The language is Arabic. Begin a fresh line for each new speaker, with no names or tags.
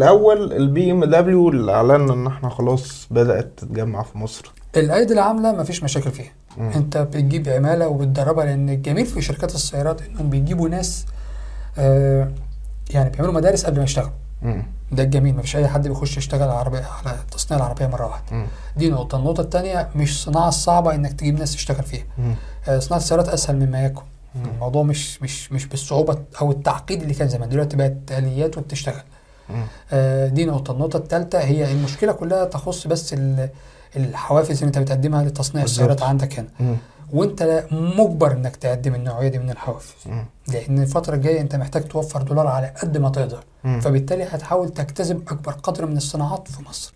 الاول البي ام دبليو اللي اعلنا ان احنا خلاص بدات تتجمع في مصر
الايدي العامله مفيش مشاكل فيها
مم.
انت بتجيب عماله وبتدربها لان الجميل في شركات السيارات انهم بيجيبوا ناس آه يعني بيعملوا مدارس قبل ما يشتغلوا
مم.
ده الجميل مفيش اي حد بيخش يشتغل على عربيه على تصنيع العربيه مره واحده
مم.
دي نقطه النقطه الثانيه مش صناعه صعبه انك تجيب ناس تشتغل فيها
مم.
آه، صناعه السيارات اسهل مما يكون
مم.
الموضوع مش مش مش بالصعوبه او التعقيد اللي كان زمان دلوقتي بقت اليات وبتشتغل
مم.
آه، دي نقطه النقطه الثالثه هي المشكله كلها تخص بس ال- الحوافز اللي انت بتقدمها لتصنيع
بالظبط.
السيارات عندك هنا
مم.
وانت مجبر انك تقدم النوعيه دي من الحوافز
مم.
لان الفتره الجايه انت محتاج توفر دولار على قد ما تقدر
مم.
فبالتالي هتحاول تجتذب اكبر قدر من الصناعات في مصر